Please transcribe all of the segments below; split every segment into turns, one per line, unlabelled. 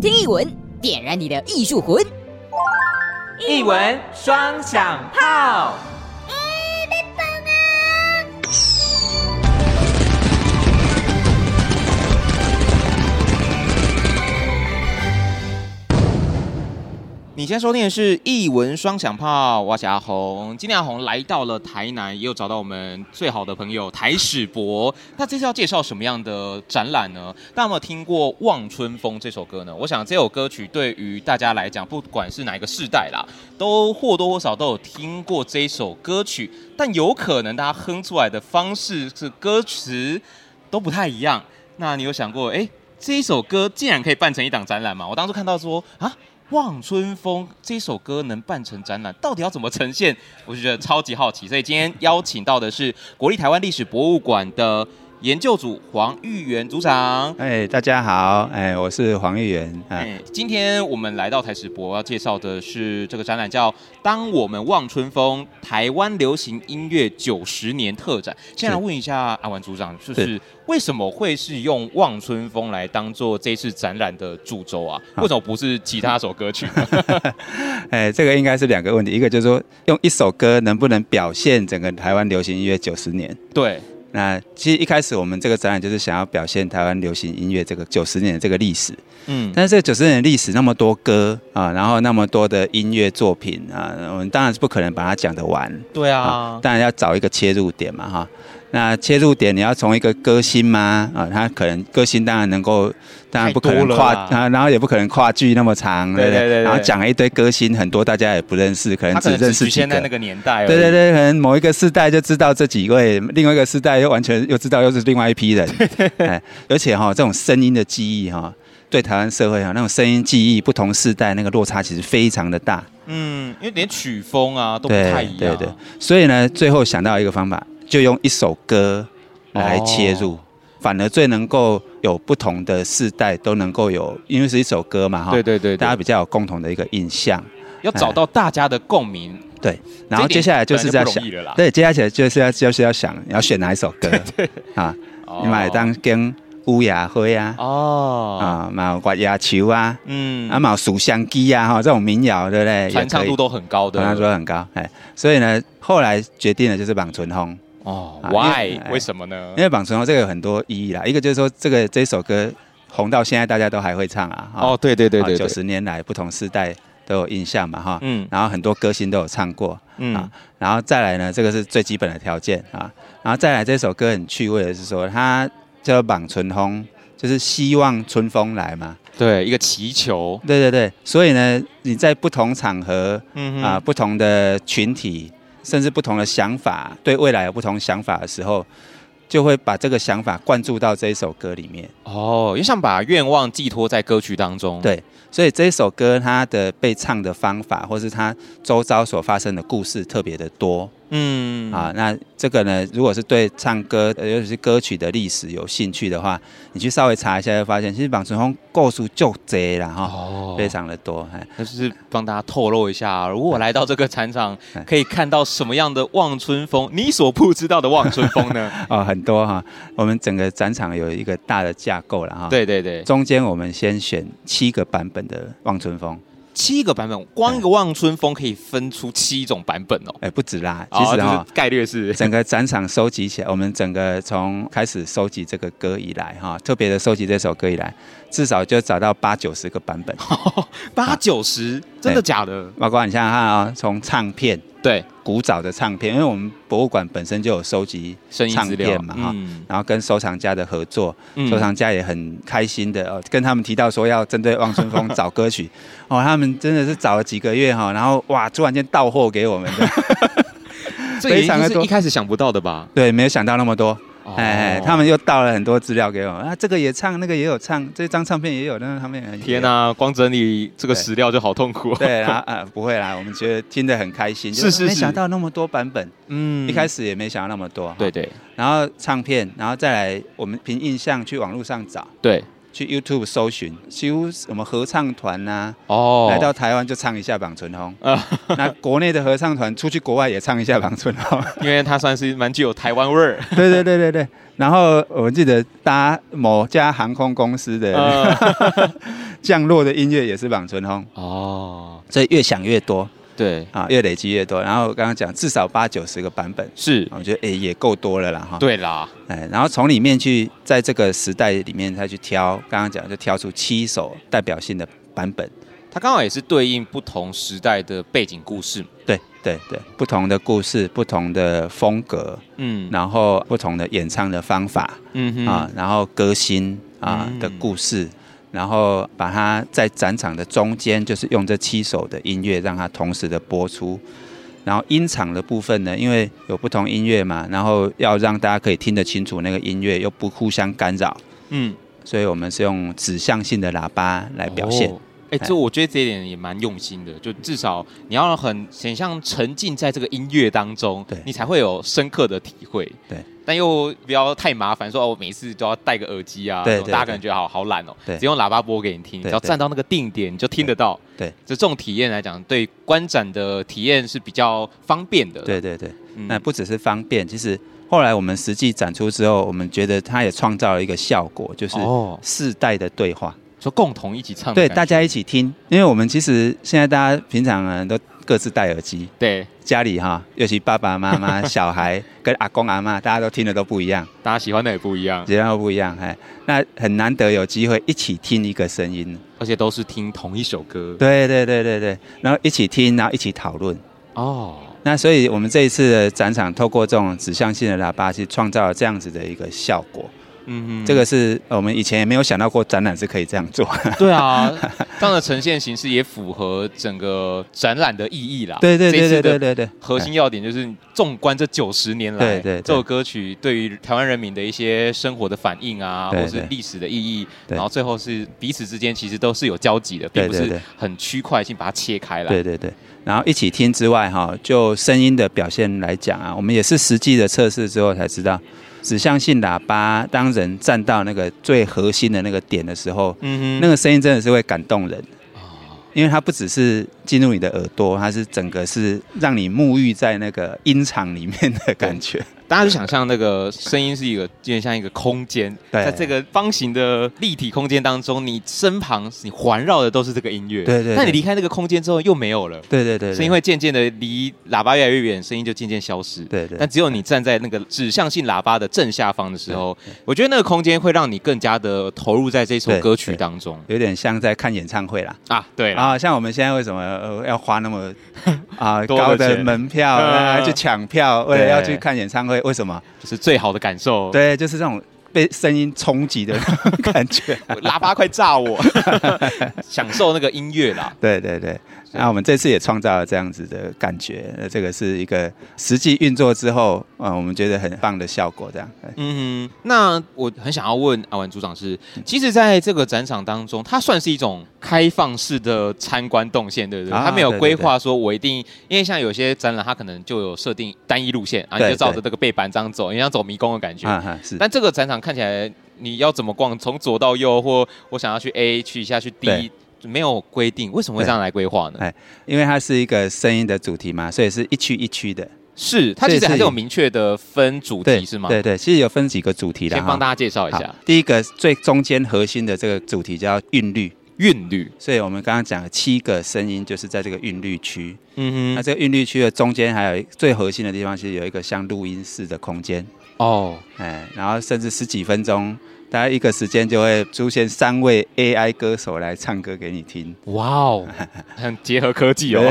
听一文，点燃你的艺术魂。
一文双响炮。你现在收听的是《一文双响炮》，我是阿红。今天阿红来到了台南，也有找到我们最好的朋友台史博。那这次要介绍什么样的展览呢？大家有没有听过《望春风》这首歌呢？我想这首歌曲对于大家来讲，不管是哪一个世代啦，都或多或少都有听过这首歌曲，但有可能大家哼出来的方式是歌词都不太一样。那你有想过，哎、这一首歌竟然可以办成一档展览吗？我当初看到说啊。《望春风》这首歌能办成展览，到底要怎么呈现？我就觉得超级好奇。所以今天邀请到的是国立台湾历史博物馆的研究组黄玉元组长。
哎，大家好，哎，我是黄玉元啊。
哎，今天我们来到台史博，要介绍的是这个展览叫《当我们望春风：台湾流行音乐九十年特展》。现在问一下阿丸组长，就是
是
为什么会是用《望春风》来当做这次展览的主轴啊？为什么不是其他首歌 曲呢？
哎，这个应该是两个问题，一个就是说用一首歌能不能表现整个台湾流行音乐九十年。
对，
那其实一开始我们这个展览就是想要表现台湾流行音乐这个九十年的这个历史，
嗯，
但是这九十年的历史那么多歌啊，然后那么多的音乐作品啊，我们当然是不可能把它讲得完，
对啊
啊，，当然要找一个切入点嘛，哈。那切入点你要从一个歌星吗？啊，他可能歌星当然能够，当然不可能
太多了
跨
啦
啊，然后也不可能跨距那么长，
对
对不对？
对对对
然后讲了一堆歌星，很多大家也不认识，可能
他可
只
能
认
只
识
局
几
限在
个
那。个年代而已。
对对对，可能某一个世代就知道这几位，另外一个世代又完全又知道又是另外一批人。哎，而且哈、这种声音的记忆哈、对台湾社会哈、那种声音记忆，不同世代那个落差其实非常的大。
嗯，因为连曲风啊都不
对
太一样。
对对，所以呢，最后想到一个方法，就用一首歌
哦
来切入，反而最能够有不同的世代都能够有，因为是一首歌嘛哈，
对对对，
大家
大
哎
家
比较有共同的一个印象。
要找到大家的共鸣。
然后接下来就是在
这一点本来就
想
不容易了啦，
对，接下来就是要就是要想你要选哪一首 歌啊？你买当跟乌鸦灰啊
哦，
啊，买刮牙球啊，
嗯，
啊买蜀香鸡啊哈，这种民谣对不对？
传唱度都很高的。
他说很高，哎，所以呢，后来决定了就是绑存红。
哦
啊
，Why？
因为
为什么呢
因？为绑唇红这个有很多意义啦，一个就是说这个这首歌红到现在大家都还会唱啊，哈，
哦，对对对对
九
对，
十年来不同世代都有印象嘛哈，
嗯
然后很多歌星都有唱过，
嗯
啊，然后再来呢，这个是最基本的条件啊，然后再来这首歌很趣味的是说它叫绑唇红，就是希望春风来嘛，
对，一个祈求。
对对对，所以呢你在不同场合
嗯
啊、
啊，
不同的群体，甚至不同的想法，对未来有不同想法的时候，就会把这个想法灌注到这一首歌里面。
哦，也想把愿望寄托在歌曲当中。
对所以这一首歌它的被唱的方法，或是它周遭所发生的故事特别的多、
嗯
啊。那这个呢，如果是对唱歌，呃尤其是歌曲的历史有兴趣的话，你去稍微查一下，就发现其实绑春红构数就贼啦哈。
哦
非常的多，哎，
那就是帮大家透露一下，如果来到这个展场
哎，
可以看到什么样的望春风？你所不知道的望春风 呢？
哦，很多哈、我们整个展场有一个大的架构了哈。
对对对，
中间我们先选七个版本的《望春风》，
七个版本，光一个望春风可以分出七种版本哦。
哎，不止啦，其
哦，
实哈、
就是概率是，
整个展场收集起来，我们整个从开始收集这个歌以来，哈，特别的收集这首歌以来，至少就找到八九十个版 本，
八九十，
哎
真的假的？
包括你想想看啊、从唱片
对，
古早的唱片，因为我们博物馆本身就有收集，
声音资料
唱片嘛哈
嗯
然后跟收藏家的合作，
嗯
收藏家也很开心的哦，跟他们提到说要针对《望春风》找歌曲， 哦，他们真的是找了几个月哈，然后哇，突然间到货给我们 的，
这也
非常
一定
的
是
多
一开始想不到的吧？
对，没有想到那么多。
哦
哎，他们又倒了很多资料给我啊，这个也唱，那个也有唱，这张唱片也有，那个唱片也有。
天哪、光整理这个史料就好痛苦、哦。
对啊，啊，不会啦，我们觉得听得很开心，就是
是是
没想到那么多版本，
嗯
一开
始
始也没想到那么多。
对，对
然后唱片，然后再来我们凭印象去网络上找，
对，
去 YouTube 搜寻，几乎什么合唱团呐、
哦
来到台湾就唱一下绑唇 红。
呃，
那国内的合唱团出去国外也唱一下绑唇红。
因为它算是蛮具有台湾味儿，
对对对对对。然后我记得搭某家航空公司的
呃
啊 降落的音乐也是绑唇红，
哦，
所以越想越多
对，
啊，越累积越多。然后我刚刚讲至少八九十个版本，
是，
我觉得诶、也够多了啦哈。
对啦，
哎，然后从里面去在这个时代里面再去挑，刚刚讲就挑出七首代表性的版本。
它刚好也是对应不同时代的背景故事，
对对对，不同的故事、不同的风格，
嗯
然后不同的演唱的方法
嗯哼
啊，，然后歌星啊
嗯
的故事，然后把它在展场的中间，就是用这七首的音乐让它同时的播出。然后音场的部分呢，因为有不同音乐嘛，然后要让大家可以听得清楚那个音乐，又不互相干扰，
嗯，
所以我们是用指向性的喇叭来表现。
哦哎、这我觉得这一点也蛮用心的，就至少你要很很像沉浸在这个音乐当中，
对
你才会有深刻的体会，
对，
但又不要太麻烦，说哦，我每次都要戴个耳机啊，
对
这种
对
大家
对
可能觉得好好懒哦，
对
只用喇叭播给你听，你
对
只要站到那个定点，你就听得到，
对对
就这种体验来讲，对观展的体验是比较方便的，
对对对。
嗯，
那不只是方便，其实后来我们实际展出之后，我们觉得它也创造了一个效果，就是
哦，
世代的对话，
说共同一起唱的
对
感觉，
大家一起听。因为我们其实现在大家平常啊都各自戴耳机，
对
家里哈，尤其爸爸 妈妈、小孩跟阿公阿妈，大家都听的都不一样，
大家喜欢的也不一样，
节奏不一样，哎，那很难得有机会一起听一个声音，
而且都是听同一首歌，
对对对对对，然后一起听，然后一起讨论。
哦。
那所以，我们这一次的展场透过这种指向性的喇叭，去创造了这样子的一个效果。
嗯哼
这个是呃我们以前也没有想到过展览是可以这样做。
对啊， 这样的呈现形式也符合整个展览的意义啦。
对对对
这一次
对
的
对对对，
核心要点就是，纵观这九十年来，
对对对
这首歌曲对于台湾人民的一些生活的反应啊，
对
或是
对
历史的意义，
对
然后最后是彼此之间其实都是有交集的，并
对
不
对
是
对
很区块性把它切开来。
对对对。然后一起听之外哈，就声音的表现来讲啊，我们也是实际的测试之后才知道，指向性喇叭当人站到那个最核心的那个点的时候，
嗯哼，
那个声音真的是会感动人。因为它不只是进入你的耳朵，它是整个是让你沐浴在那个音场里面的感觉。
大家就想象那个声音是一个有点像一个空间，
对
在这个方形的立体空间当中，你身旁你环绕的都是这个音乐，
对对对
但你离开那个空间之后又没有了。
对对对对，
声音会渐渐的离喇叭越来越远，声音就渐渐消失。
对对
但只有你站在那个指向性喇叭的正下方的时候，我觉得那个空间会让你更加的投入在这首
对
歌曲
对
当中
有点像在看演唱会啦。
啊。对啦，
啊，像我们现在为什么呃要花那么 啊、
多的
高的
钱
门票
嗯
啊去抢票，为了要
对哦
去看演唱会？为什么？
就是最好的感受。，
对，就是这种被声音冲击的那种 感觉。
喇叭快炸 我，享受那个音乐啦。
对对对，那我们这次也创造了这样子的感觉，那这个是一个实际运作之后，啊、我们觉得很棒的效果，这样。对
嗯哼，那我很想要问阿文组长是，其实在这个展场当中，它算是一种开放式的参观动线，对不对？
啊
它没有
对对
规划说我一定，因为像有些展览，它可能就有设定单一路线，啊，你
对
就照着
对
这个背板这样走，你像走迷宫的感觉。
啊哈，是。
但这个展场看起来，你要怎么逛，从左到右，或我想要去 A 去一下去 D，
对
没有规定，为什么会这样来规划呢
对？因为它是一个声音的主题嘛，所以是一区一区的。
是，它其实
这也是
还是有明确的分主题是吗？
对对，其实有分几个主题啦。
先帮
哈
大家介绍一下
好，第一个最中间核心的这个主题叫韵律。
韵律。
所以我们刚刚讲了七个声音，就是在这个韵律区。
嗯
那
哼，
这个韵律区的中间还有一最核心的地方，其实有一个像录音室的空间，
哦，
哎，然后甚至十几分钟，大概一个时间就会出现三位 AI 歌手来唱歌给你听，
哇哦，很结合科技哦。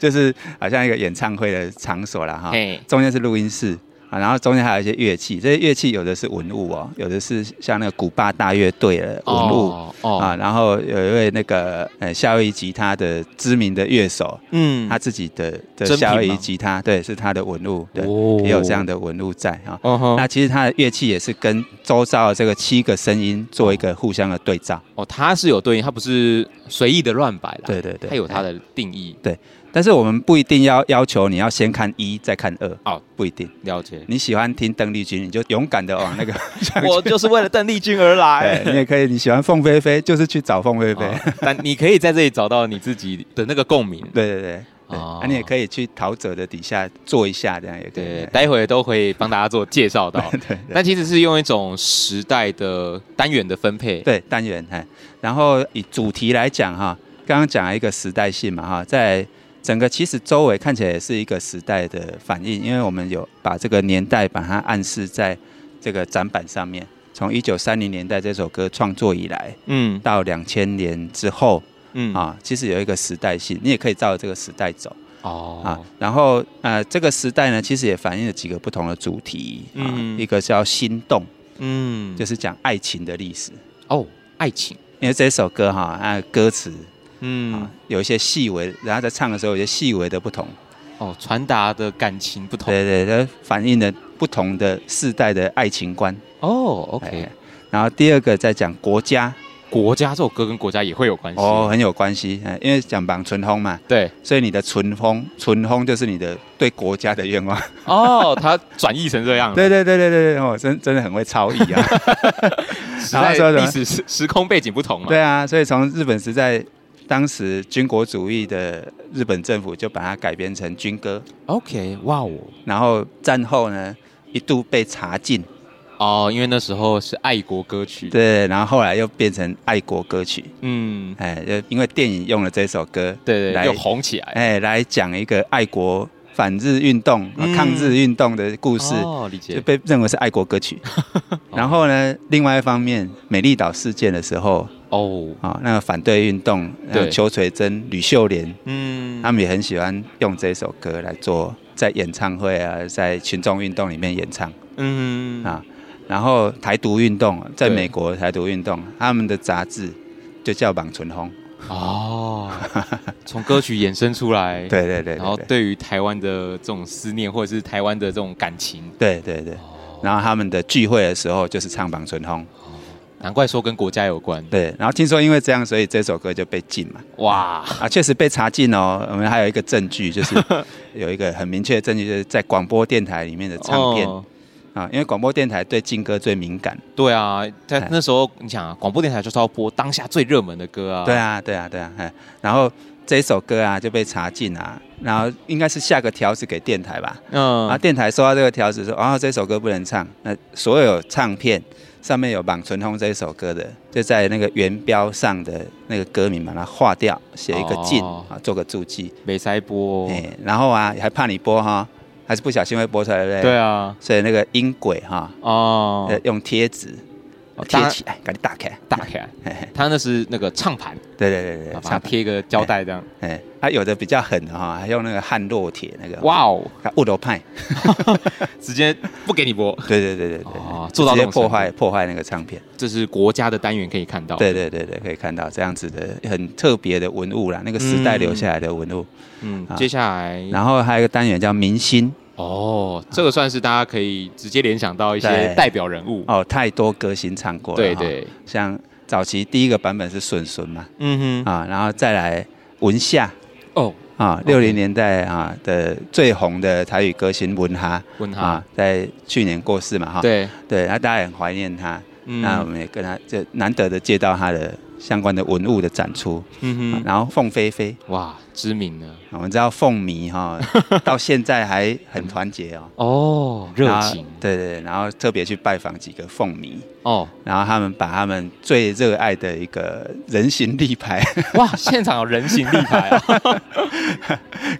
就是好像一个演唱会的场所啦哈。
嘿，
中间是录音室。啊，然后中间还有一些乐器，这些乐器有的是文物哦，有的是像那个古巴大乐队的文物、
哦哦，
啊，然后有一位那个呃夏威夷吉他的知名的乐手，
嗯
他自己的的
真品
夏威夷
吗
吉他，对，是他的文物，对，
哦
也有这样，的文物在啊。
哦哼，
那其实他的乐器也是跟周遭的这个七个声音做一个互相的对照，
哦，他是有对应，他不是随意的乱摆啦，
对对对
他有他的定义。
哎但是我们不一定要要求你要先看一再看二
哦
哦，不一定。
了 解。
你喜欢听邓丽君，你就勇敢的往 那个向
我就是为了邓丽君而来
对，。你也可以。你喜欢凤飞飞，就是去找凤飞飞。
啊但你可以在这里找到你自己的那个共鸣。
对对对，对
哦
啊，你也可以去陶喆的底下坐一下，这样也可以
对，。待会都会帮大家做介绍到。
对对
但其实是用一种时代的单元的分配。
对单元哎，然后以主题来讲哈，刚刚讲了一个时代性嘛哈，在整个其实周围看起来也是一个时代的反应，因为我们有把这个年代把它暗示在这个展板上面，从一九三零年代这首歌创作以来
嗯
到两千年之后
嗯
啊，其实有一个时代性，你也可以照着这个时代走。啊
哦，
然后呃，这个时代呢，其实也反映了几个不同的主题啊，
嗯
一个叫心动，
嗯，
就是是讲爱情的历史，
哦，爱情。
因为这首歌哈，啊，歌词啊
嗯，
有一些细微，然后在唱的时候有一些细微的不同，
哦，传达的感情不同。
对对，它反映了不同的世代的爱情观。
哦，OK，
哎然后第二个在讲国家
国家这首歌跟国家也会有关系。
哦，很有关系，哎因为讲绑存风嘛，
对，
所以你的存风，存风就是你的对国家的愿望。
哦，它转译成这样了。
对对对对对对，我真真的很会超译啊。
时
然后
代
说什
历
么
史时时空背景不同嘛。
对啊，所以从日本时代，当时军国主义的日本政府就把它改编成军歌，
，OK，哇哦，
然后战后呢一度被查禁，
哦，因为那时候是爱国歌曲。，
对，然后后来又变成爱国歌曲，
嗯，
哎，就因为电影用了这首歌，
对对，
来
又红起来。
哎来讲一个爱国反日运动、啊
嗯
抗日运动的故事。
哦，理
就
解。
被认为是爱国歌 曲，然后呢，另外一方面，美丽岛事件的时候
哦，
啊、那个反对运动，然后
对
邱垂真、吕秀莲
嗯，
他们也很喜欢用这首歌来做在演唱会啊，在群众运动里面演唱
嗯
啊。然后台独运动，在
对
美国台独运动，他们的杂志就叫《莽存红》。
哦，从歌曲衍生出来，，
对对对
然后
对对
对于台湾的这种思念，或者是台湾的这种感情，
对对对。
哦
然后他们的聚会的时候就是唱《莽存红》。
难怪说跟国家有关。
对，然后听说因为这样，所以这首歌就被禁嘛。
哇，
啊，确实被查禁哦。我们还有一个证据， 就是有一个很明确的证据，就是在广播电台里面的唱片、
哦
啊，因为广播电台对禁歌最敏感。
对啊，在
哎
那时候，你想啊，广播电台就是要播当下最热门的歌啊。
对，啊，对啊，对啊，哎，然后这一首歌啊就被查禁啊，然后应该是下个条子给电台吧，
嗯
然后啊电台收到这个条子说，哦，这首歌不能唱，那所有唱片上面有《莽存通》这一首歌的，就在那个原标上的那个歌名把它划掉，写一个禁、
哦
啊，做个注记，
没塞播。
哎，然后啊还怕你播哈，还是不小心会播出来，对不对？
对啊，
所以那个音轨哈，
哦
呃，，用贴纸
哦
贴
当
起来，赶紧打开，
打开来
嘿嘿，
他那是那个唱盘，
对对对对，
把
对
它
唱
贴一个胶带这样。
哎，啊，有的比较狠的哈，还用那个焊烙铁那个，
哇哦，
啊，物流派，
直接不给你播，
对对对对对，
哦做到
直
这
接
种
破坏破坏那个唱片，
这是国家的单元可以看到。
对，对对对，可以看到这样子的很特别的文物啦，那个时代留下来的文物。
嗯，
啊
接下来
然后还有一个单元叫明星
哦，这个算是大家可以直接联想到一些
对
代表人物。
哦，太多歌星唱过了，
对
哈，
对，
像早期第一个版本是笋笋嘛，
嗯哼，
啊，然后再来文夏。
哦，
啊，
OK
六零年代啊的最红的台语歌星文哈
问他
啊，，在去年过世嘛哈，
对，
对，那大家也很怀念他，
嗯
啊那我们也跟他就难得的借到他的相关的文物的展出，
嗯
然后凤飞飞，
哼，哇，知名呢，
我们知道凤迷哈、到现在还很团结哦，
哦，热
然后
情，
对对对，然后特别去拜访几个凤迷，
哦，
然后他们把他们最热爱的一个人形立牌，
哇，现场有人形立牌啊，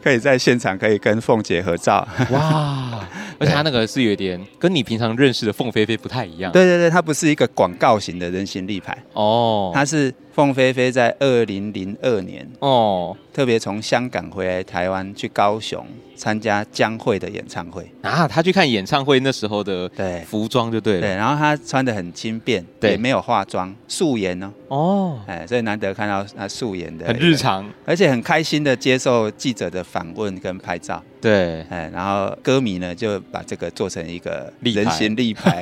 可以在现场可以跟凤姐合照。
嗯哇， 而且他那个是有点跟你平常认识的凤飞飞不太一样，，
对对对，它不是一个广告型的人形立牌，
哦，
它是凤飞飞在二零零二年
哦，
特别从香港回来台湾去高雄参加江蕙的演唱会。
啊，他去看演唱会那时候的
对
服装就对
对，
了，
然后她穿的很轻便，
对
也没有化妆，素颜哦，
哦，
哎，所以难得看到她素颜的，
很日，常，
而且很开心的接受记者的访问跟拍照，
对，
哎，然后歌迷呢就把这个做成一个
立牌
人形立牌，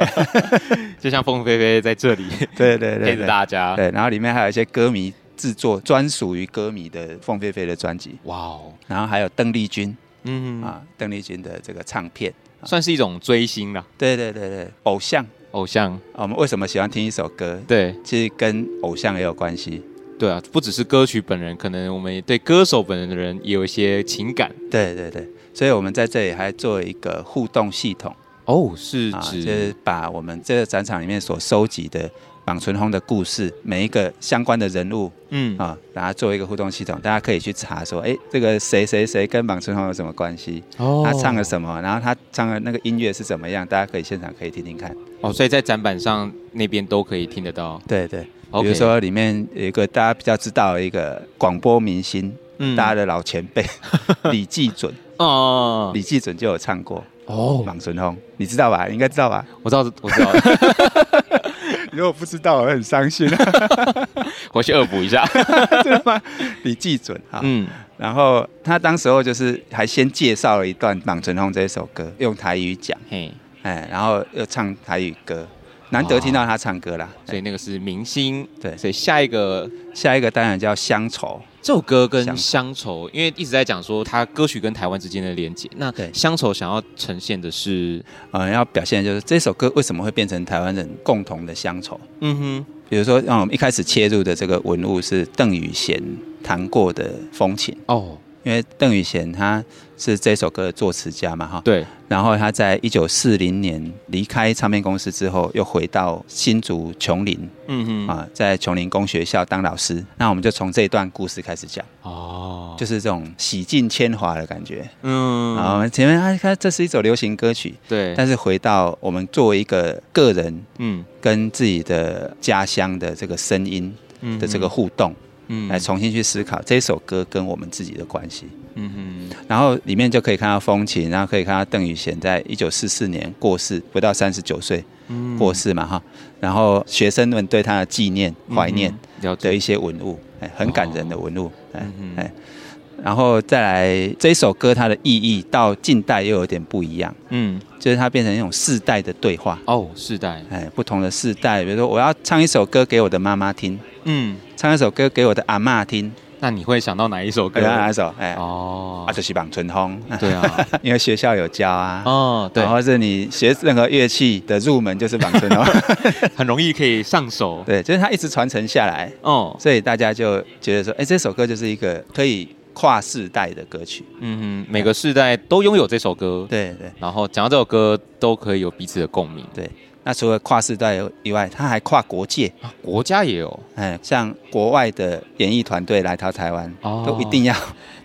就像凤飞飞在这里
对对对
陪着
对
大家，
对，然后里面还有一些歌迷制作专属于歌迷的凤飞飞的专辑，
哇哦，
然后还有邓丽君
嗯啊，
啊，邓丽君的这个唱片，
算是一种追星啦，
对对对对，偶像。
偶像，
啊我们为什么喜欢听一首歌？
对
其实跟偶像也有关系。
对啊，不只是歌曲本人，可能我们也对歌手本人的人也有一些情感
对对对，所以我们在这里还做一个互动系统
哦，是
啊，就
指、
是把我们这个展场里面所收集的莽存红的故事，每一个相关的人物
嗯
啊，然后做一个互动系统，大家可以去查说，哎，这个谁谁谁跟莽存红有什么关系？
哦
他唱了什么？然后他唱的那个音乐是怎么样？大家可以现场可以听听看。
哦，所以在展板上那边都可以听得到。
对对，比
OK，
如说里面有一个大家比较知道的一个广播明星，
嗯
大家的老前 辈李济准，
哦
李济准就有唱过《
哦，
莽存红》，你知道吧？你应该知道吧？
我知道，我 知道，
如果不知道，我很伤心啊！
我去恶补一下。
真的吗？ 李济准啊，
嗯，
然后他当时候就是还先介绍了一段《莽存红》这一首歌，用台语讲，
嘿，
哎，然后又唱台语歌，难得听到他唱歌啦。
所以那个是明星，
对
所以下一个
下一个单元叫乡愁，
这首歌跟
乡
乡愁，因为一直在讲说它歌曲跟台湾之间的连接。那
对
乡愁想要呈现的是，
呃，要表现的就是这首歌为什么会变成台湾人共同的乡愁。
嗯哼，
比如说，让我们一开始切入的这个文物是邓雨贤弹过的风琴，
哦，
因为邓雨贤他是这首歌的作词家嘛，哈。
对，
然后他在一九四零年离开唱片公司之后，又回到新竹琼林
嗯哼，
啊，在琼林工学校当老师。那我们就从这一段故事开始讲，
哦，
就是这种洗尽铅华的感觉。
嗯，
啊，我们前面他他这是一首流行歌曲，
对，
但是回到我们作为一个个人
嗯
跟自己的家乡的这个声音
嗯
的这个，互动，
嗯
来，重新去思考这首歌跟我们自己的关系。
嗯哼，
然后里面就可以看到风情，然后可以看到邓雨贤在一九四四年过世，不到三十九岁
嗯
过世嘛哈。然后学生们对他的纪念、怀念
嗯哼了
的
解，
一些文物，哎，很感人的文物，哎
嗯哼
哎。然后再来这首歌，它的意义到近代又有点不一样，
嗯，
就是它变成一种世代的对话，
哦，世代，
哎，不同的世代，比如说我要唱一首歌给我的妈妈听，
嗯，
唱一首歌给我的阿嬷听，
那你会想到哪一首歌
给？哪一首？哎，
哦
啊，，就是莽春风，
对啊，
因为学校有教啊。
哦，对
然，后是你学任何乐器的入门就是莽春风，
很容易可以上手。
对，就是它一直传承下来，
哦，
所以大家就觉得说，哎，这首歌就是一个可以跨世代的歌曲。
嗯哼，每个世代都拥有这首歌，
对对
然后讲到这首歌都可以有彼此的共鸣。
对。那除了跨世代以外，它还跨国界，
国家也有
哎，像国外的演艺团队来到台湾，
哦
都一定要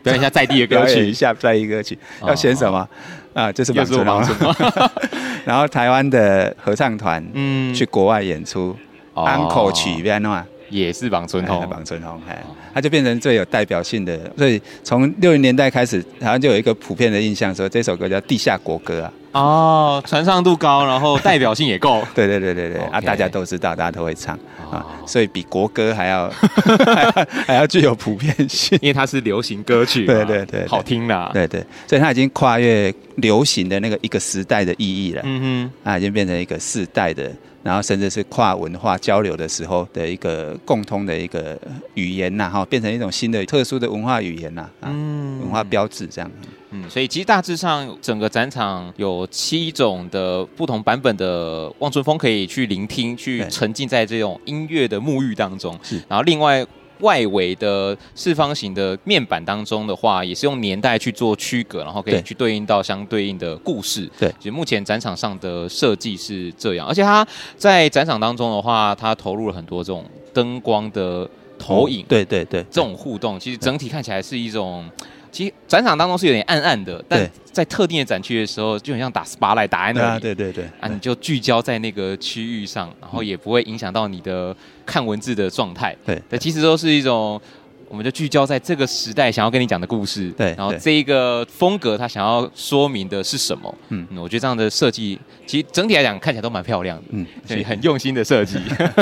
表演一下在地的歌
表演一
曲，
下在一歌曲，
哦
要选什么啊？就是
又
莽
是我
春风
盲。从。
然后台湾的合唱团
嗯
去国外演出，
哦
安口曲变弄啊。
也是绑村
哎
通，
绑春红，哎
哦，
他就变成最有代表性的。所以从六零年代开始，好像就有一个普遍的印象，说这首歌叫地下国歌啊。
哦，传唱度高，然后代表性也够
对对对对对
OK
啊，大家都知道，大家都会唱啊
啊，，
所以比国歌还要 还要还要具有普遍 性。
因为它是流行歌曲嘛，
对对对对
好听啦。，
对对，所以它已经跨越流行的那个一个时代的意义了，
嗯
它已经变成一个世代的，然后甚至是跨文化交流的时候的一个共通的一个语言呐，哈，变成一种新的特殊的文化语言呐，
哼，
啊，
嗯
文化标志这样。
嗯，所以其实大致上整个展场有七种的不同版本的望春风可以去聆听，去
对
沉浸在这种音乐的沐浴当中
是。
然后另外外围的四方形的面板当中的话，也是用年代去做区隔，然后可以
对
去对应到相对应的故事。
对
其实目前展场上的设计是这样，而且它在展场当中的话，它投入了很多这种灯光的投影。
对对对，
这种互动，其实整体看起来是一种，其实展场当中是有点暗暗的，但
对
在特定的展区的时候，就很像打 SPA 来打在那
啊，
里。
对对对，
啊，你就聚焦在那个区域上，然后也不会影响到你的看文字的状态。
对
对，其实都是一种，我们就聚焦在这个时代想要跟你讲的故事。
对
然后
对
这一个风格它想要说明的是什么？嗯
嗯，
我觉得这样的设计，其实整体来讲看起来都蛮漂亮的。
嗯，
所
是
以很用心的设计。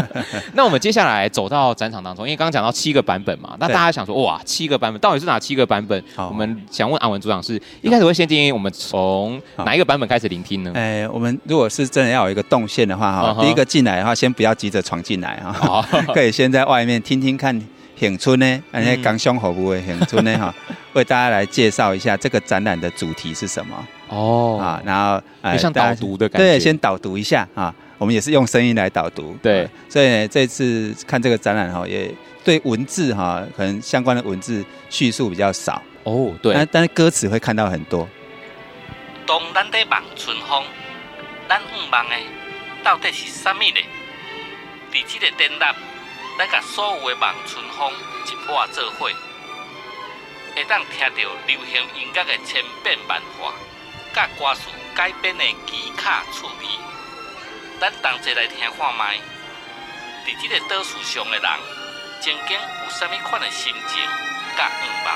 那我们接下来走到展场当中，因为刚刚讲到七个版本嘛，那大
对
家想说，哇，七个版本到底是哪七个版本？
好
我们想问阿文组长是，一开始会先建议我们从哪一个版本开始聆听呢？
哎，我们如果是真的要有一个动线的话
嗯哼啊
哈，第一个进来的话，先不要急着闯进来哈，
好，
可以先在外面听听看。恒春呢，哎那些
嗯
刚胸口部位恒春呢 哈，为大家来介绍一下这个展览的主题是什么
哦
啊，然后
有像
大家
导读的感觉，
对，先导读一下啊，我们也是用声音来导读，
对
啊所以呢这次看这个展览哈，也对文字哈，可能相关的文字叙述比较少，
哦，对，
但但是歌词会看到很多，
当咱在望春风，咱向望的到底是啥物呢？伫即个展览，咱甲所有的望春风一抹做伙，会当听到流行音乐的千变万化，甲歌词改编的奇巧趣味。咱同齐来听看卖，伫即个岛屿上的人，曾经有啥物款的心情甲愿望？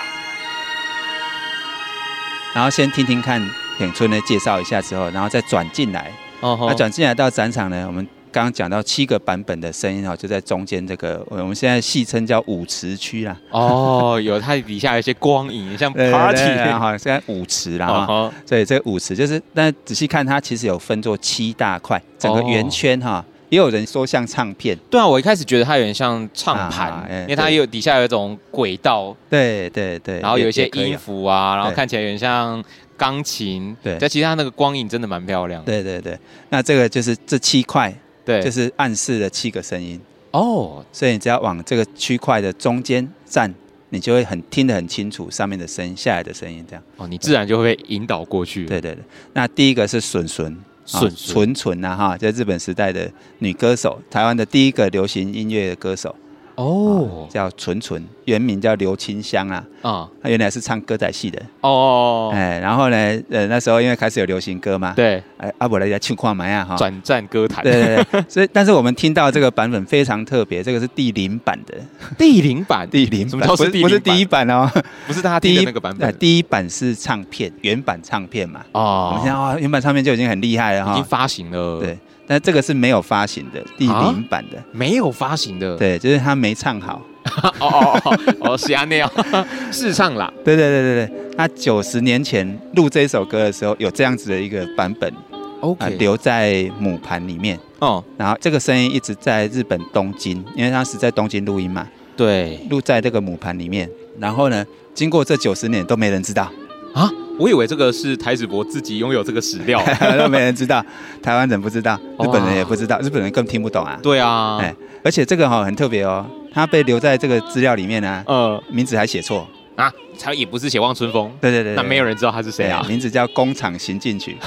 然后先听听看永春呢介绍一下之后，然后再转进来。
哦吼
那转进来到展场呢，我们刚刚讲到七个版本的声音哦，就在中间这个，我们现在戏称叫舞池区啦。
哦，有它底下有一些光影，像
然
party，
后现在舞池啦
哦
哈。
吼，
所以这个舞池就是，但仔细看它其实有分作七大块，整个圆圈哈，也有人说像唱片，
对啊，我一开始觉得它有点像唱
啊
盘，
哎
因为它也有底下有一种轨道，
对对对，
然后有一些
也可以
音
啊，
符啊，然后
对
看起来有点像钢琴，
对
但其实它那个光影真的蛮漂亮的，
对对对，那这个就是这七块，
对，
就是暗示了七个声音。
哦，
所以你只要往这个区块的中间站，你就会很听得很清楚上面的声音、下来的声音，这样。
哦，你自然就会被引导过去，
对对对。那第一个是笋笋，啊
嗯笋笋
纯纯呐哈，在日本时代的女歌手，台湾的第一个流行音乐的歌手，
哦
啊，叫纯纯，原名叫刘清香啊，
啊，
她原来是唱歌仔戏的，
哦，
哎，然后呢，呃，那时候因为开始有流行歌嘛，，
对，
哎，阿伯来家去看嘛呀哈。
转战歌坛，
对对对， 所以但是我们听到这个版本非常特别，这个是第零版的，
第零版，
第零版，
什么叫
不
是
是
第零
不
版？
是第一，版哦，
不是大家
第
听的
一
那个版
呃
本，
第一版是唱片原版唱片嘛，我们现在
哦，
哇，原版唱片就已经很厉害了
已经
哈。
发行了，
对，但这个是没有发行的，第零版的，
没有发行的，
对，就是他没唱好。
哦哦哦哦，是安内哦， 试唱啦，
对对对对对，他九十年前录这首歌的时候有这样子的一个版本啊、
OK，
留在母盘里面。
哦，
然后这个声音一直在日本东京，因为当时在东京录音嘛，
对
录在这个母盘里面。然后呢，经过这九十年都没人知道，
啊，我以为这个是台子博自己拥有这个史 料，
都没人知道，台湾人不知道，日本人也
哇
不知道，日本人更听不懂啊。
对啊，
哎，而且这个哈、很特别哦，它被留在这个资料里面呢、啊
呃
名字还写错。
啊，他也不是写望春风，
对对对对
那
哎
没有人知道他是谁啊
对，名字叫《工厂行 进曲》，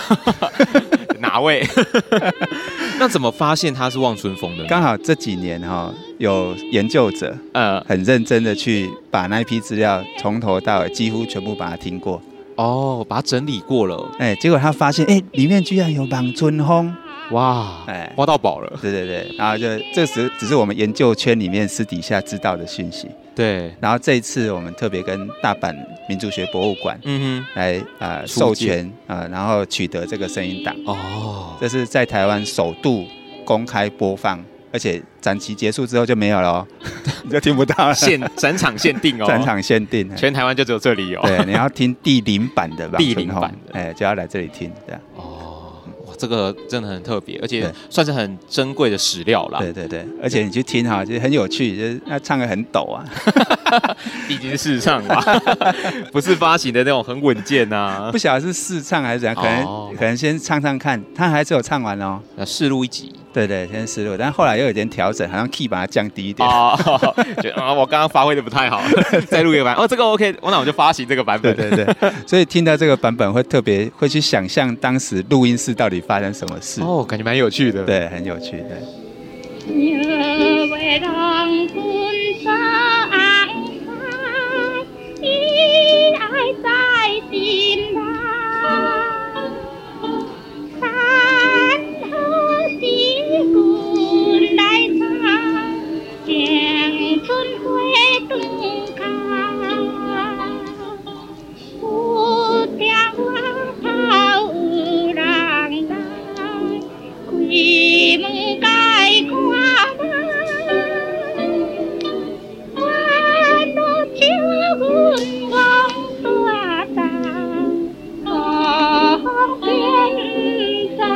哪位？ 那怎么发现他是望春风的呢？
刚好这几年哈、有研究者
呃，
很认真的去把那一批资料从头到尾几乎全部把它听过，
哦，把它整理过了，
哎，结果他发现，哎，里面居然有莽春风，
哇，
哎
挖到宝了，
对对对，然后就这只只是我们研究圈里面私底下知道的讯息，
对，
然后这一次我们特别跟大阪民族学博物馆
嗯哼。
来呃
促
授
进
权啊、呃，然后取得这个声音档。
哦，
这是在台湾首度公开播放，而且展期结束之后就没有了、 哦，你就听不到了。
限展场限定哦，
展场限定，
全台湾就只有这里哦有。
对，你要听第零版的吧？
第
纯
零
红
版的
哎，就要来这里听，这样。
哦，哇，这个真的很特别，而且
对
算是很珍贵的史料啦，
对对对，而且你去听哈，就是很有趣，就是他唱的很抖 啊。
毕竟是试唱嘛， 不是发行的那种很稳健啊
不。晓得是试唱还是怎样，可
哦
能可能先唱唱看，他还是有唱完哦。
那试录一集
对对，先试录，但后来又有点调整，好像 key 把它降低一点。
啊， 觉得啊，我刚刚发挥的不太好， 再录一个版。哦，这个 OK，我那我就发行这个版
对
本。
对对，所以听到这个版本会特别会去想象当时录音室到底发生什么事。
哦，感觉蛮有趣的。，
对，很有趣。对，
nhớ về đồng quân xa áng xa ý ai tại tìm đàng khán thơ tí cùng đại xa chàng xuân quê tung ca 乌江浪涛有人来，开门解看来，我都笑阮戆大胆，何变在？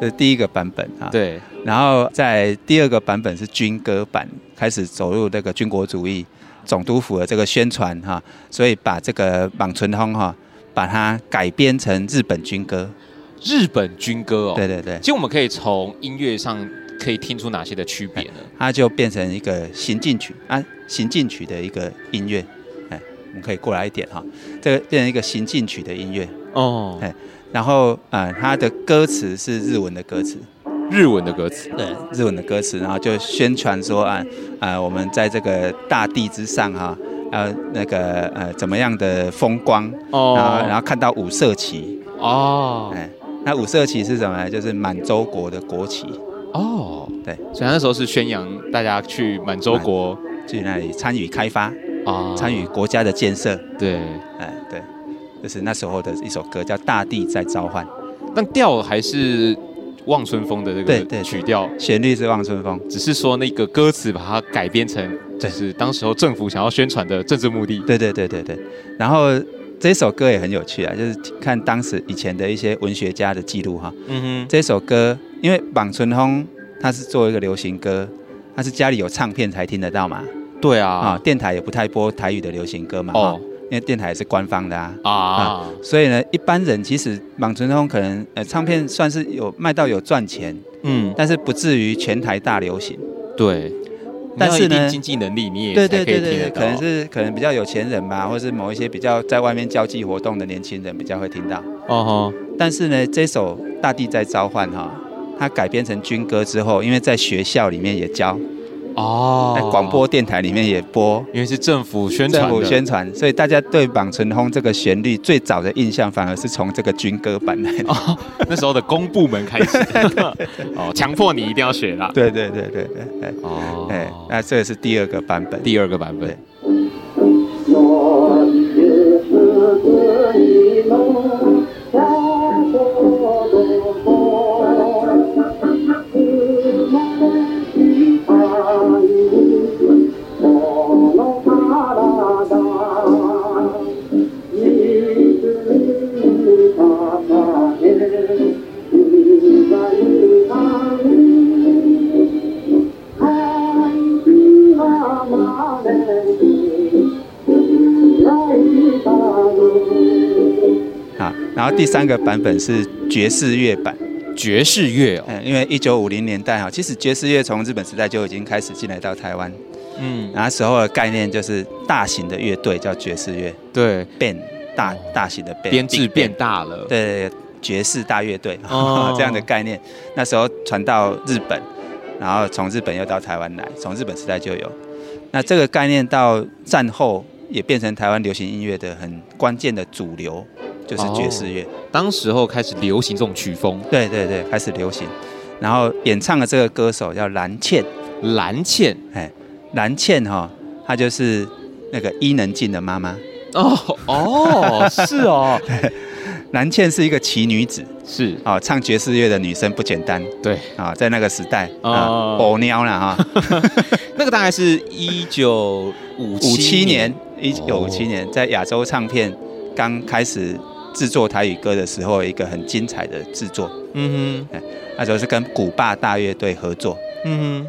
呃，第一个版本啊。。
对，
然后在第二个版本是军歌版，开始走入那个军国主义总督府的这个宣传哈、所以把这个莽村通哈、把它改编成日本军歌。
日本军歌哦，
对对对
其，实我们可以从音乐上可以听出哪些的区别呢？
它就变成一个行进曲啊，行进曲的一个音乐。哎，我们可以过来一点哈、这个变成一个行进曲的音乐。
哦
哎然后呃，它的歌词是日文的歌词，
日文的歌词，
对日文的歌词，然后就宣传说啊啊、我们在这个大地之上哈、呃那个呃怎么样的风光，
哦
然后然后看到五色旗，
哦
哎，那五色旗是什么呢？就是满洲国的国旗，
哦，
对
所以他那时候是宣扬大家去满洲国
去那里参与开发，
啊
参与，国家的建设，
对，
哎，对，就是那时候的一首歌叫《大地在召唤》，
但调还是望春风的这
对对
个
对
曲调，
旋律是望春风，
只是说那个歌词把它改编成，就
对
是当时候政府想要宣传的政治目的。
对对对对对，然后。这首歌也很有趣啊，就是看当时以前的一些文学家的记录哈，
嗯哼，
这首歌，因为莽春风他是做一个流行歌，他是家里有唱片才听得到嘛，
对
啊、
啊，
电台也不太播台语的流行歌嘛，
哦
哦，因为电台也是官方的啊，
啊，
所以呢，一般人其实莽春风可能呃唱片算是有卖到有赚钱，
嗯，
但是不至于全台大流行，
对。
但是呢
你要有一定经济能力你也
对
才
对
可以
对
听得
对对，
到，
可能是可能比较有钱人吧，或是某一些比较在外面交际活动的年轻人比较会听到，
哦
但是呢，这首《大地在召唤》哈、它改编成军歌之后，因为在学校里面也教。
吼哦
在，广播电台里面也播，
因为是政府宣传
政
的，
府宣传，所以大家对莽存轰这个旋律最早的印象反而是从这个军歌版来的。
哦， 那时候的公部门开 始，哦，强迫你一定要学啦。
对对对对对，哎
哦，
哎，那这是第二个版本。
第二个版本
对，
昨日是个一梦，闪烁的风，只梦去看你，朦胧哒啦哒，一直到那天，你在你那里。孩子啊，妈嘞，来一把路。
啊，然后第三个版本是爵士乐版，
爵士乐哦，
嗯，因为一九五零年代哈，其实爵士乐从日本时代就已经开始进来到台湾，
嗯，
那时候的概念就是大型的乐队叫爵士乐
对，
band，大大型的 band，
哦编制
big band
变大了，，
对爵士大乐队、
哦
这样的概念，那时候传到日本，然后从日本又到台湾来，从日本时代就有。那这个概念到战后也变成台湾流行音乐的很关键的主流，就是爵士乐。
当时候开始流行这种曲风，
对对对，开始流行。然后演唱的这个歌手叫蓝倩，
蓝倩
哎，蓝倩哈、她就是那个伊能静的妈妈。
哦哦，是 哦，
蓝倩是一个奇女子
是，
啊、哦，唱爵士乐的女生不简单
对，
啊、在那个时代啊，
哦
偶喵了哈。
那个大概是一九五
五七年，一九
哦
五七年，在亚洲唱片刚开始制作台语歌的时候，一个很精彩的制作。
嗯
那时候是跟古巴大乐队合作，
哼，嗯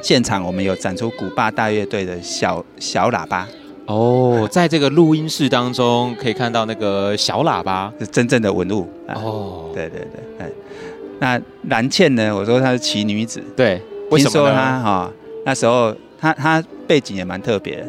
现场我们有展出古巴大乐队的小小喇叭，
哼，哦，在这个录音室当中可以看到那个小喇叭，
是真正的文物。哦，
哦，
对对对，哎，那蓝倩呢？我说她是奇女子，
对，为
听
什么
说
呢？
她哈、那时候她她背景也蛮特别的，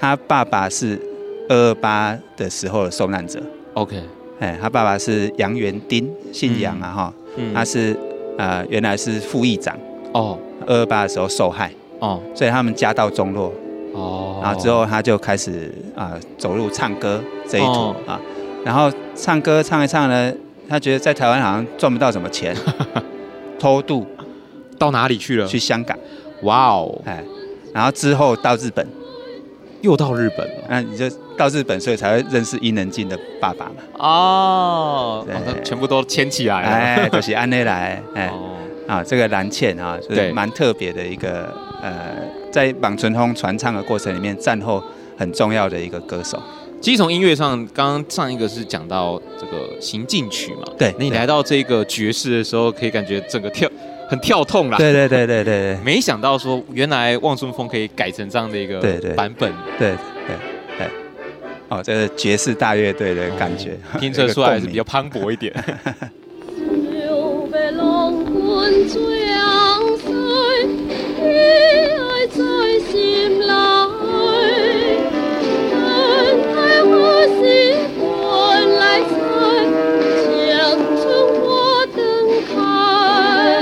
她爸爸是二二八的时候的受难者。
OK，
哎，他爸爸是杨元丁，姓杨啊哈，
嗯
他是呃原来是副议长，
哦
二二八的时候受害，
哦
所以他们家道中落，
哦，
然后之后他就开始啊、走入唱歌这一途、
哦
啊，然后唱歌唱一唱呢，他觉得在台湾好像赚不到什么 钱，偷渡
嗯到哪里去了？
去香港，
哇哦，
哎，然后之后到日本，
又到日本了
那你就到日本，所以才会认识伊能静的爸爸嘛，
哦，
对
哦那全部都牵起来了。
哎，就是安内来，哎。
哦
啊，这个蓝倩啊，就
对
是蛮特别的一个呃，在莽存风传唱的过程里面，战后很重要的一个歌手。
其实从音乐上，刚刚上一个是讲到这个行进曲嘛，
对
那你
对
来到这个爵士的时候，可以感觉整个跳很跳痛啦。
对对对对对
没想到说，原来望春风可以改成这样的一个
对对
版本，
对对对对，哦，这是爵士大乐队的感觉，
哦 听着出来还是比较
有一个共鸣
磅礴 一点。
就被浪滚涨水，你爱在心里。但待我习惯来猜，将春花等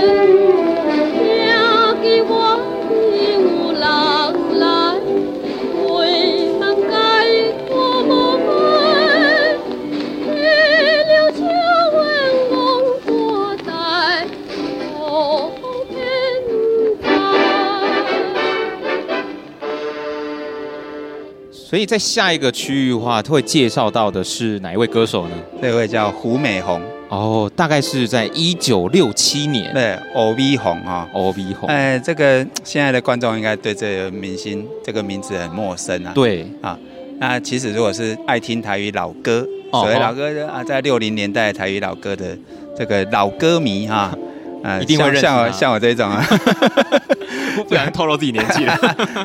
开，嫁给我的牛郎来，为满街多么美。一溜秋纹龙过带，后边在。
所以在下一个区域的话，会介绍到的是哪一位歌手呢？
这位叫胡美红，
哦，大概是在一九六七年，
对，欧米红哈、
O V 红，
哎，这个现在的观众应该对这个明星这个名字很陌生啊。
对，
啊，那其实如果是爱听台语老歌，
哦
所谓老歌的啊，在六零年代台语老歌的这个老歌迷 哈，啊，
一定会
像
认识
像我
他
像我这种 啊，
不然透露自己年纪 了。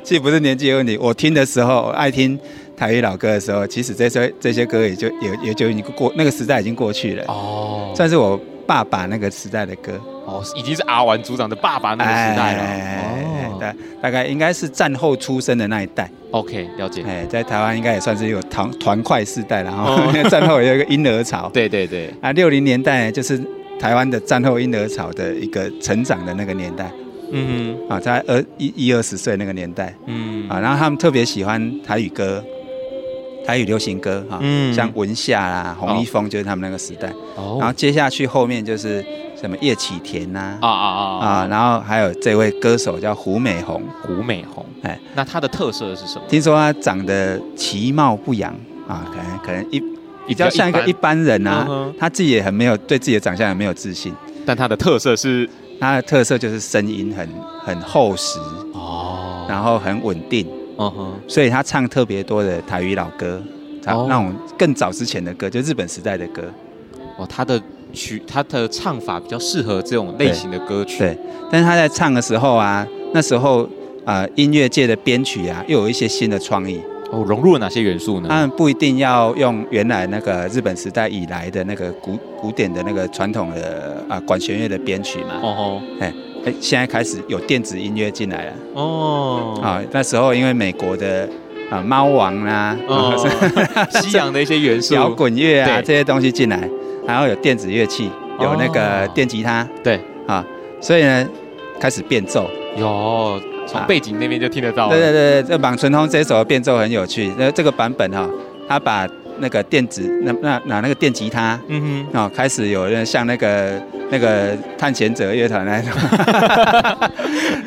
其实不是年纪的问题，我听的时候我爱听台语老歌的时候，其实这些这些歌也就也也就已经过那个时代已经过去了，
哦，
算是我爸爸那个时代的歌。哎
哦，已经是阿丸组长的爸爸那个时代了。哦
大大概应该是战后出生的那一代，
，OK，了解。
哎，在台湾应该也算是有团团块世代了哈
哦，
因为 战后有一个婴儿潮，
对对对，
啊，六零年代就是台湾的战后婴儿潮的一个成长的那个年代
嗯
啊，在二一一二十岁那个年代
哼嗯
啊，然后他们特别喜欢台语歌。台语流行歌哈，
嗯
像文夏啊啦、洪一峰就是他们那个时代，
哦
然后接下去后面就是什么叶启田呐
啊啊啊
啊，然后还有这位歌手叫胡美红，
胡美红，
哎
那它的特色是什么？
听说他长得其貌不扬啊，可能可能一比较像一个
比较
一
一
般人啊，
嗯哼
他自己也很没有对自己的长相很没有自信，
但它的特色是
他的特色就是声音很很厚实，
哦，
然后很稳定，
嗯哼，
所以他唱特别多的台语老歌，他
哦
那种更早之前的歌，就日本时代的歌，
哦，它的曲，它的唱法比较适合这种类型的歌曲。
对，但是他在唱的时候啊，那时候。呃，音乐界的编曲啊，又有一些新的创意。
哦，融入了哪些元素呢？
他们不一定要用原来那个日本时代以来的那个古古典的那个传统的啊、管弦乐的编曲嘛。
哦
哎，现在开始有电子音乐进来了
吼哦，
啊、那时候因为美国的啊猫王啦、 啊
哦，西洋的一些元素，
摇滚乐啊
对
这些东西进来，然后有电子乐器，有那个
哦
电吉他
对，
啊，所以呢开始变奏。
有从背景那边就听得到了。
对对对，对这莽春通这首的变奏很有趣。那这个版本哈、他把那个电子那那拿那个电吉他。
嗯
哦，开始有人像那个那个探险者乐 团那种，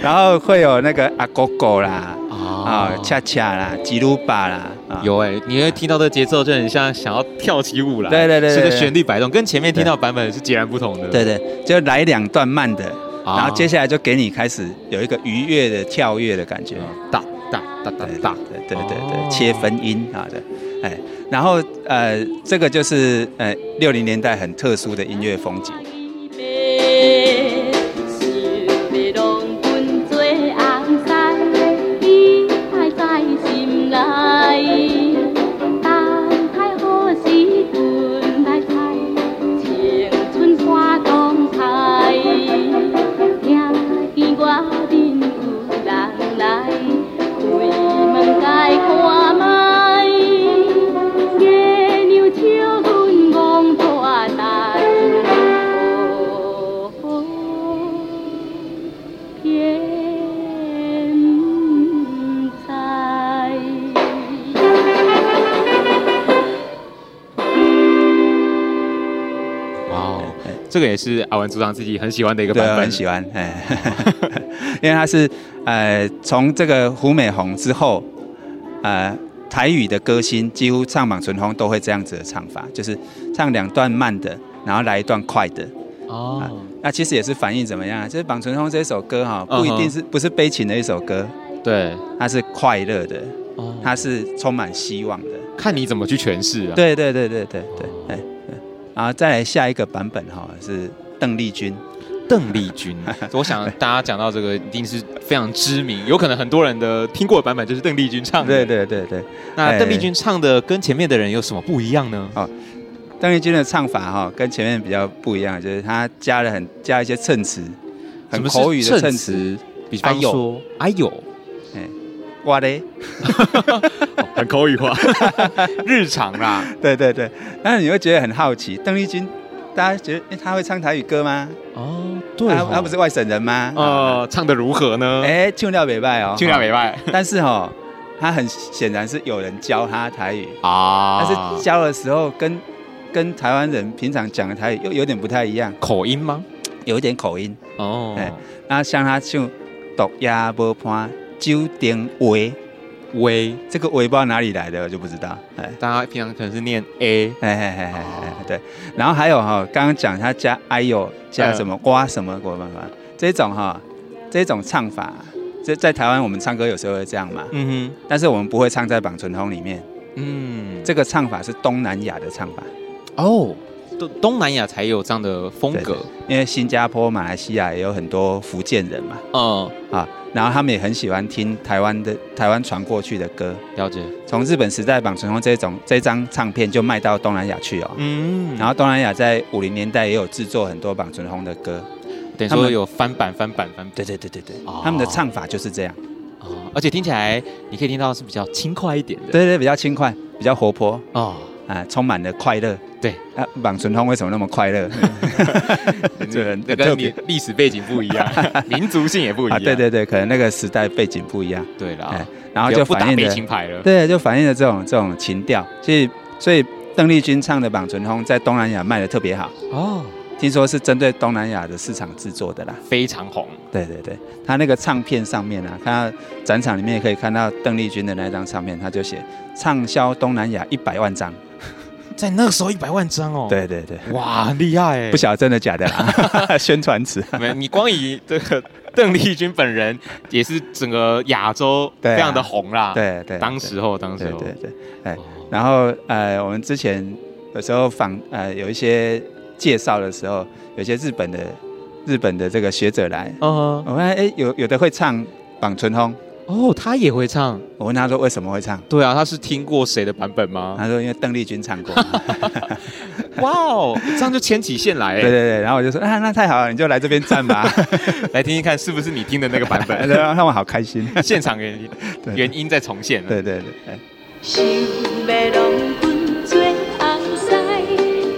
然后会有那个阿狗狗啦，
哼，
啊、恰恰啦，吉鲁巴啦，
哦
啊
有哎、你会听到这节奏，就很像想要跳起舞来，
对对对对
随着
对
旋律摆动，跟前面听到版本是截然不同的。
对对，就来两段慢的，
啊，
然后接下来就给你开始有一个愉悦的跳跃的感觉，
哒哒哒哒
对
哒，
对对对
哦
对，切分音啊的，哎，然后呃，这个就是呃六零年代很特殊的音乐风景，
天在。
哇哦，这个也是阿文组长自己很喜欢的一个
对
版
啊，
本，
很喜欢，哎， 因为他是呃从这个胡美红之后，呃台语的歌星几乎唱满存红都会这样子的唱法，就是唱两段慢的，然后来一段快的。
哦。
那其实也是反映怎么样？啊就是绑存通这首歌哈、
嗯哼
不一定是、不是悲情的一首歌，
对，
它是快乐的，
哦
它是充满希望的。
看你怎么去诠释啊。，
对对对对对对，哎，对然后再来下一个版本哈、是邓丽君，
邓丽 君，我想大家讲到这个一定是非常知名，有可能很多人的听过的版本就是邓丽君唱的。
对哎对对对，
那邓丽君唱的跟前面的人有什么不一样呢？
邓丽君的唱法哈、跟前面比较不一样，就是她加了很加一些衬词，很
什么是
口语的
衬
衬
词
词，
比方说，哎呦，
哦哇嘞，
很口语 化。
日常啦，
对对对，但是你会觉得很好奇，邓丽君，大家觉得哎她会唱台语歌吗？
哦，对
她
哦，嗯
她不是外省人吗？
呃，唱的如何呢？
哦哎，唱料北拜哦，
去了，北拜
但是哈、她很显然是有人教她台语，
啊，
但哦是教的时候跟跟台湾人平常讲的台语又有点不太一样，
口音吗？
有一点口音。
哦，
哎那像他唱《独夜无伴酒店围
微，》，
这个“围”不知道哪里来的，我就不知道。哎
大家平常可能是念 A，
哎哎哎哎哎，对。然后还有哈、刚刚讲他加“哎呦”加什么“哇”什么国文法，这种哈、这种唱法，这在台湾我们唱歌有时候会这样嘛，
嗯
但是我们不会唱在《榜存通》里面。
哼，嗯，
这个唱法是东南亚的唱法，
哦，东东南亚才有这样的风格，
因为新加坡、马来西亚也有很多福建人嘛，
嗯，
啊，然后他们也很喜欢听台湾的台湾传过去的歌。
了解，
从日本时代榜存通这种这张唱片就卖到东南亚去哦。
嗯，
然后东南亚在五零年代也有制作很多榜存通的歌，
等于
他
说
们
有翻版、翻版、翻版，
对对对对对
哦，
他们的唱法就是这样，
哦，而且听起来你可以听到是比较轻快一点的，
对对，比较轻快，比较活泼
哦，
啊，充满了快乐。
对，
啊，榜存通为什么那么快乐？ 这很
嗯那
很特
跟
别
你历史背景不一 样，民族性也不一
啊，
样，
对对对，可能那个时代背景不一样，
对啦
哎，然后
不
就
要不
反
打
映
悲
了
情牌 了，
对，就反映了这种这种情调。所以所以邓丽君唱的《榜存通》在东南亚卖的特别好，
哦，
听说是针对东南亚的市场制作的啦。
非常红，
对对对，他那个唱片上面啊，看到展场里面也可以看到邓丽君的那一张唱片，他就写畅销东南亚一百万张。
在那个时候一百万张哦，，
对对对，
哇，很厉害哎，
不晓得真的假的啦，宣传词。
没，你光以这个 邓丽君本人也是整个亚洲
对啊
非常的红啦。
对对，
当时候，当
对
时
对
候，
对对。哎
哦，
然后呃，我们之前有时候访呃有一些介绍的时候，有些日本的日本的这个学者来，
嗯哼，
我发现哎有有的会唱《榜春通》，
哦，他也会唱，
我问他说为什么会唱，
对啊，他是听过谁的版本吗？
他说因为邓丽君 唱过。
哇哦，这样就牵起线来，
对对对，然后我就说啊那太好了，你就来这边站吧。
来听听看是不是你听的那个版 本，
让他们好开心。
现场原因
对
原音再重现。
对对对，哎
想要让阮做红婿，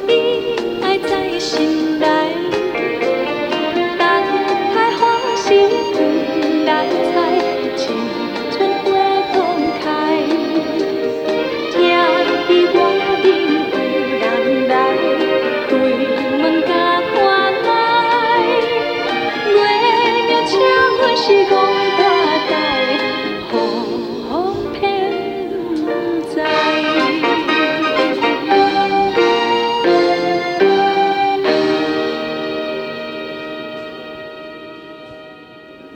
你爱在心内。人海风声不来采，像春花放开。听见我面有人来，开门甲看来，月亮请阮是憨大呆。何偏在？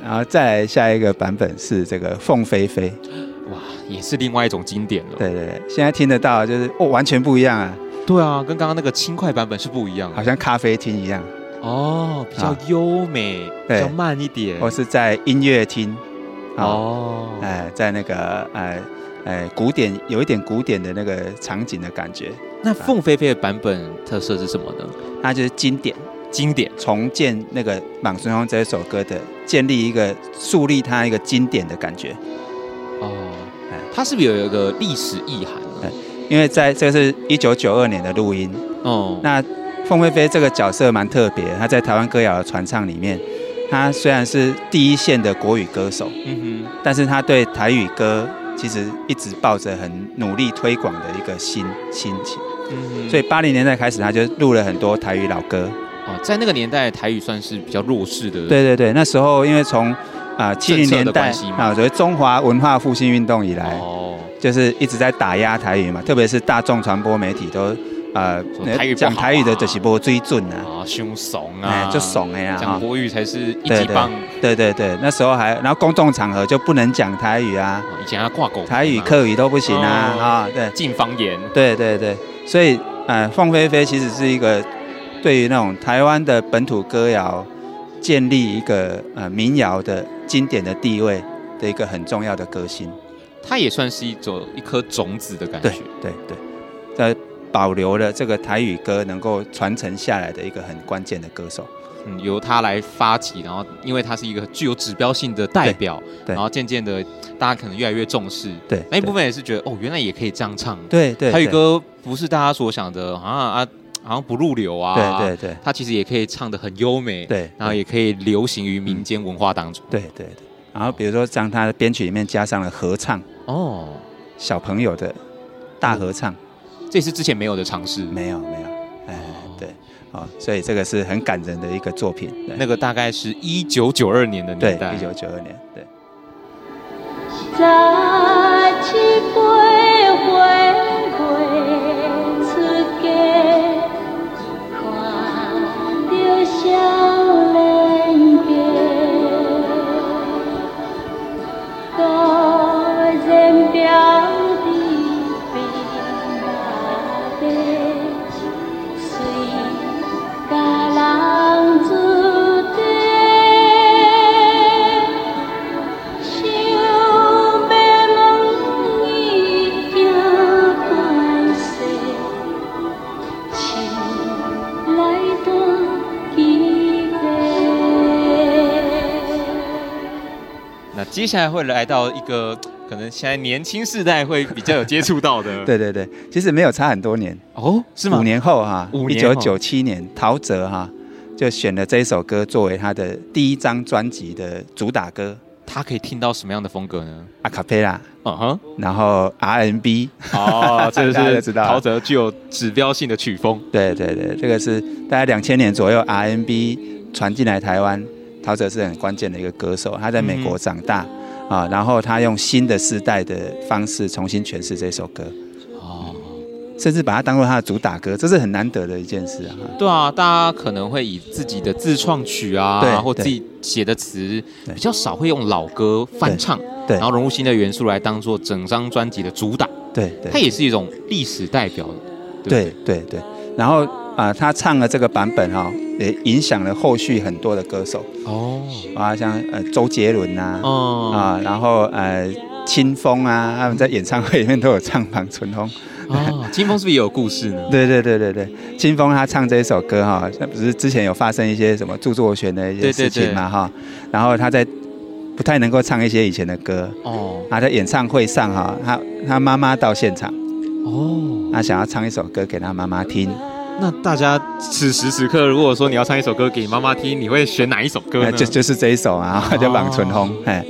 然后再来下一个版本是这个凤飞飞，
哦哇，也是另外一种经典了。
对对对，现在听得到就是哦，完全不一样啊，
对啊，跟刚刚那个轻快版本是不一样的。
好像咖啡厅一样，
哦，比较
啊
优美，比
对哦
较慢一点。
或是在音乐厅，哦，
哦，
哎，在那个哎哎古典有一点古典的那个场景的感觉，
那凤飞飞的版本特色是什么呢？
它就是经典
经典
重建那个《莽孙通》这首歌的建立一个树立它一个经典的感觉，
哦
哎，
它是不是有一个历史意涵啊呢
对？因为在这是一九九二年的录音，
哦，
那凤飞飞这个角色蛮特别，她在台湾歌谣的传唱里面，她虽然是第一线的国语歌手，
嗯哼，
但是她对台语歌其实一直抱着很努力推广的一个心心情。
嗯哼，
所以八零年代开始，她就录了很多台语老歌。
哦，在那个年代，台语算是比较弱势的，，
对对对，那时候因为从啊七零
政策
年
的
代
关系嘛
啊，所谓中华文化复兴运动以来，
哦，
就是一直在打压台语嘛，特别是大众传播媒体都啊
说台语不好啊
讲台语的就是不追准啊，
啊，凶怂啊
哎，，就怂的呀
讲
哈。
国语才是一
对
级
对
棒。哦
对对对，那时候还，然后公众场合就不能讲台语
啊
啊，
以前要挂狗牌嘛
台语、客语都不行啊
哦
啊，对
禁方言，
对对对，所以呃，凤飞飞其实是一个对于那种台湾的本土歌谣建立一个呃民谣的经典的地位的一个很重要的歌星。
它也算是一种一颗种子的感
对
觉。
对对，呃，保留了这个台语歌能够传承下来的一个很关键的歌手。
嗯，由他来发起，然后因为他是一个具有指标性的代表，
对对
然后渐渐的大家可能越来越重视。
对
那一部分也是觉得哦，原来也可以这样唱。，
对对，
台语
对，
歌不是大家所想的啊啊，好像不入流啊。
对对对
它其实也可以唱得很优美，
对
然后也可以流行于民间文化当中。
对对对。然后比如说，将他的编曲里面加上了合唱，
哦，
小朋友的大合唱，
这也是之前没有的尝试。
没有没有，哎，对，哦，所以这个是很感人的一个作品。对
那个大概是一九九二年的年代，
对，一九九二年，对。
十七八岁月出嫁，看着少年家，孤然飘伫边仔地，随甲人做伙。想要问伊行歹势，请来多几杯。
那接下来会来到一个可能现在年轻世代会比较有接触到的，
对对对，其实没有差很多年，
哦，是吗？
五年后哈、
五
一
年
九
后
九七年，陶喆哈、就选了这一首歌作为他的第一张专辑的主打歌，
他可以听到什么样的风格 呢？
a c a p e l a
嗯哼，
然后 R&B，
哦，这
大家
个
就是知道了
陶喆具有指标性的曲风。
对对对，这个是大概两千年左右 R&B 传进来台湾，陶喆是很关键的一个歌手，他在美国长大。
嗯
啊，然后他用新的世代的方式重新诠释这首歌，
哦，
甚至把它当做他的主打歌，这是很难得的一件事啊。
对啊，大家可能会以自己的自创曲啊，
对
或
对
自己写的词，
对
比较少会用老歌翻唱，
对
然后融入新的元素来当做整张专辑的主打。
对对，
它也是一种历史代表，不
对对对，然后啊、他唱了这个版本哈、也影响了后续很多的歌手
哦，
啊，像呃周杰伦呐、啊，
哦
然后呃清风啊，他们在演唱会里面都有唱《 莽春风》。
哦，清风是不是也有故事 呢？
对对对对对，清风他唱这首歌哈、那不是之前有发生一些什么著作权的一
对
些
对
事情嘛哈、然后他在不太能够唱一些以前的歌，
哦
他在演唱会上哈、他他妈妈到现场，
哦，
他想要唱一首歌给他妈妈听。
那大家此时此刻，如果说你要唱一首歌给妈妈听，你会选哪一首歌
呃，
呢？
就就是这一首啊，
哦
就《莽唇红》哎。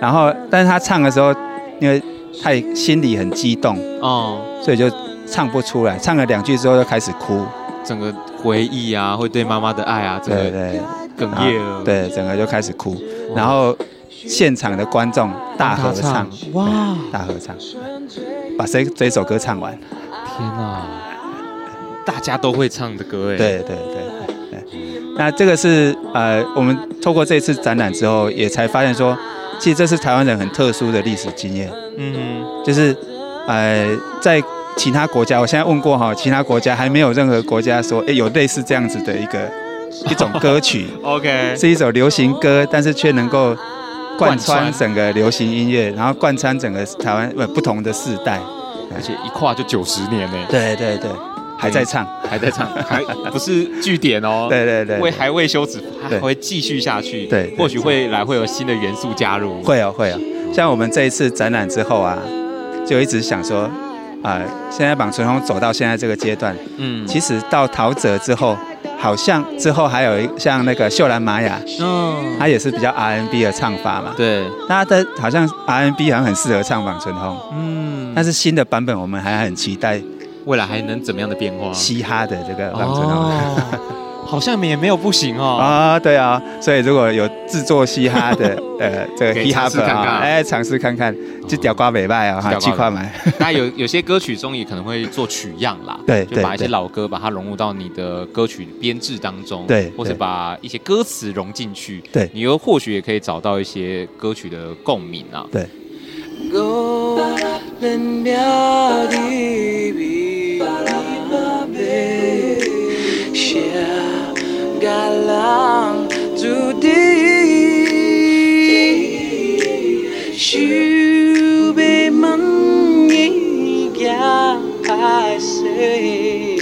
然后，但是他唱的时候，因为太心里很激动，
哦，
所以就唱不出来。唱了两句之后就开始哭，
整个回忆啊，会对啊妈妈的爱啊，这个
对对，
哽
然
咽了
后，啊对，整个就开始哭。然后现场的观众大合唱
帮他，唱哇
对大合唱，把这这首歌唱完。
天啊，大家都会唱的歌哎，
对对对对。那这个是呃，我们透过这次展览之后，也才发现说，其实这是台湾人很特殊的历史经验。
嗯，
就是呃，在其他国家，我现在问过哈，其他国家还没有任何国家说，哎，有类似这样子的一个一种歌曲，
嗯，OK，
是一首流行歌，但是却能够贯
贯
穿
穿
整个流行音乐，然后贯穿整个台湾呃不同的世代。
而且一跨就九十年欸呢，
对对对，还在唱。
还在 唱，还不是据点哦，
对对对
未还未休止，它还
对
会继续下去，
对对
或许会来会有新的元素加入，
会哦，会哦。像我们这一次展览之后啊，就一直想说，啊、现在绑春红走到现在这个阶段，
嗯，
其实到陶喆之后，好像之后还有一像那个秀兰玛雅，
嗯，
它也是比较 R&B 的唱法嘛。，
对，
那它的好像 R&B 好像很适合唱《莽唇红》，
嗯，
但是新的版本我们还很期待
未来还能怎么样的变化？
嘻哈的这个《莽唇红》
哦，好像也没有不行 哦。
啊，对啊，所以如果有制作嘻哈的， 呃，这
可
个
以
hip
尝
hop
试看看哦
啊，哎，尝试看看，这屌瓜美卖啊，哈
这条
去
瓜
快买，
那有有些歌曲中也可能会做取样啦，
对
就
对
把一些
对
老歌把它融入到你的歌曲编制当中，
对
或者
对
把一些歌词融进去，
对
你又或许也可以找到一些歌曲的共鸣啊。
对。
想要梦伊行歹势，